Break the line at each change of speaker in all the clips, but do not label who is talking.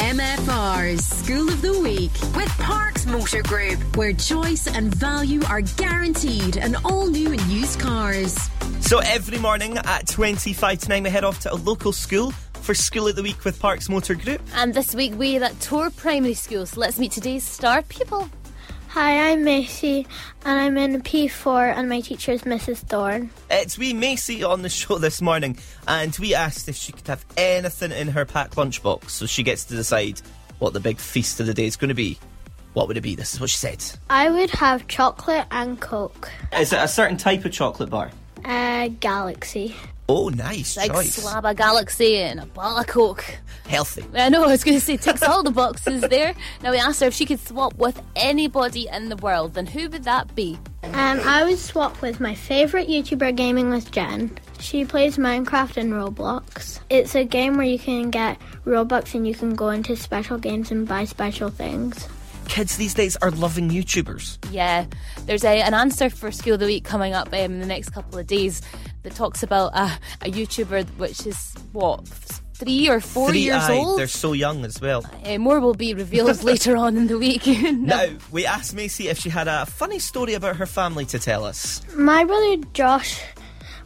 MFR's School of the Week with Parks Motor Group, where choice and value are guaranteed in all new and used cars.
So every morning at 25 to 9, we head off to a local school for School of the Week with Parks Motor Group.
And this week we're at Tor Primary School, so let's meet today's star pupil.
Hi, I'm Macy, and I'm in P4, and my teacher is Mrs. Thorne.
It's we Macy on the show this morning, and we asked if she could have anything in her packed lunchbox, so she gets to decide what the big feast of the day is going to be. What would it be? This is what she said.
I would have chocolate and Coke.
Is it a certain type of chocolate bar?
Uh, Galaxy.
Oh, nice
Big
choice.
slab of galaxy and a bottle of Coke.
Healthy.
I know, I was going to say, ticks all the boxes there. Now we asked her if she could swap with anybody in the world, then who would that be?
Um, I would swap with my favorite YouTuber gaming with Jen. She plays Minecraft and Roblox. It's a game where you can get Robux and you can go into special games and buy special things.
Kids these days are loving YouTubers.
Yeah, there's a, an answer for School of the Week coming up um, in the next couple of days that talks about a, a YouTuber which is, what, f- three or four
Three
years
eyed,
old?
they're so young as well.
Uh, more will be revealed later on in the week. No.
Now, we asked Macy if she had a funny story about her family to tell us.
My brother Josh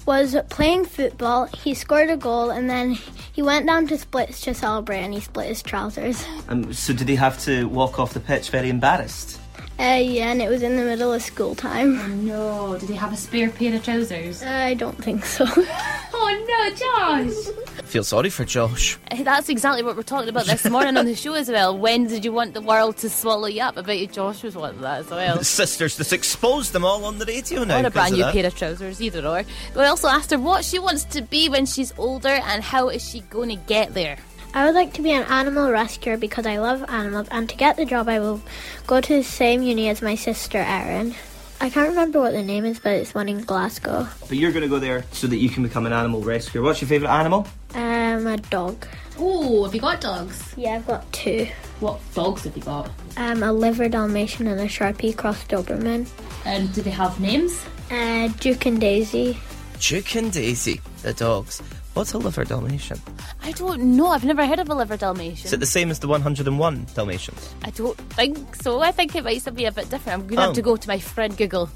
was playing football. He scored a goal and then he went down to splits to celebrate and he split his trousers.
Um, so, did he have to walk off the pitch very embarrassed?
Uh, yeah, and it was in the middle of school time. Uh,
No, did he have a spare pair of trousers?
I don't think so.
Oh no, Josh!
Feel sorry for Josh.
Hey, That's exactly what we're talking about this morning on the show as well. When did you want the world to swallow you up? I bet you Josh was one of that as well.
Sisters just exposed them all on the radio now.
Or a
'cause
brand
of
new
that.
pair of trousers, either or. We also asked her what she wants to be when she's older and how is she going to get there.
I would like to be an animal rescuer because I love animals, and to get the job, I will go to the same uni as my sister Erin. I can't remember what the name is, but it's one in Glasgow.
But you're going to go there so that you can become an animal rescuer. What's your favourite animal?
Um, a dog.
Oh, have you got dogs?
Yeah, I've got two.
What dogs have you got?
Um, a liver Dalmatian and a Sharpie cross Doberman.
And do they have names?
Uh, Duke and Daisy.
Duke and Daisy, the dogs. What's a liver Dalmatian?
I don't know. I've never heard of a liver
Is it
Dalmatian.
the same as the 101 Dalmatians?
I don't think so. I think it might still be a bit different. I'm going to
Oh.
have to go to my friend Google.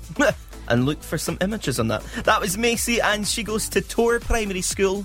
and look for some images on that. That was Macy, and she goes to Tor Primary School.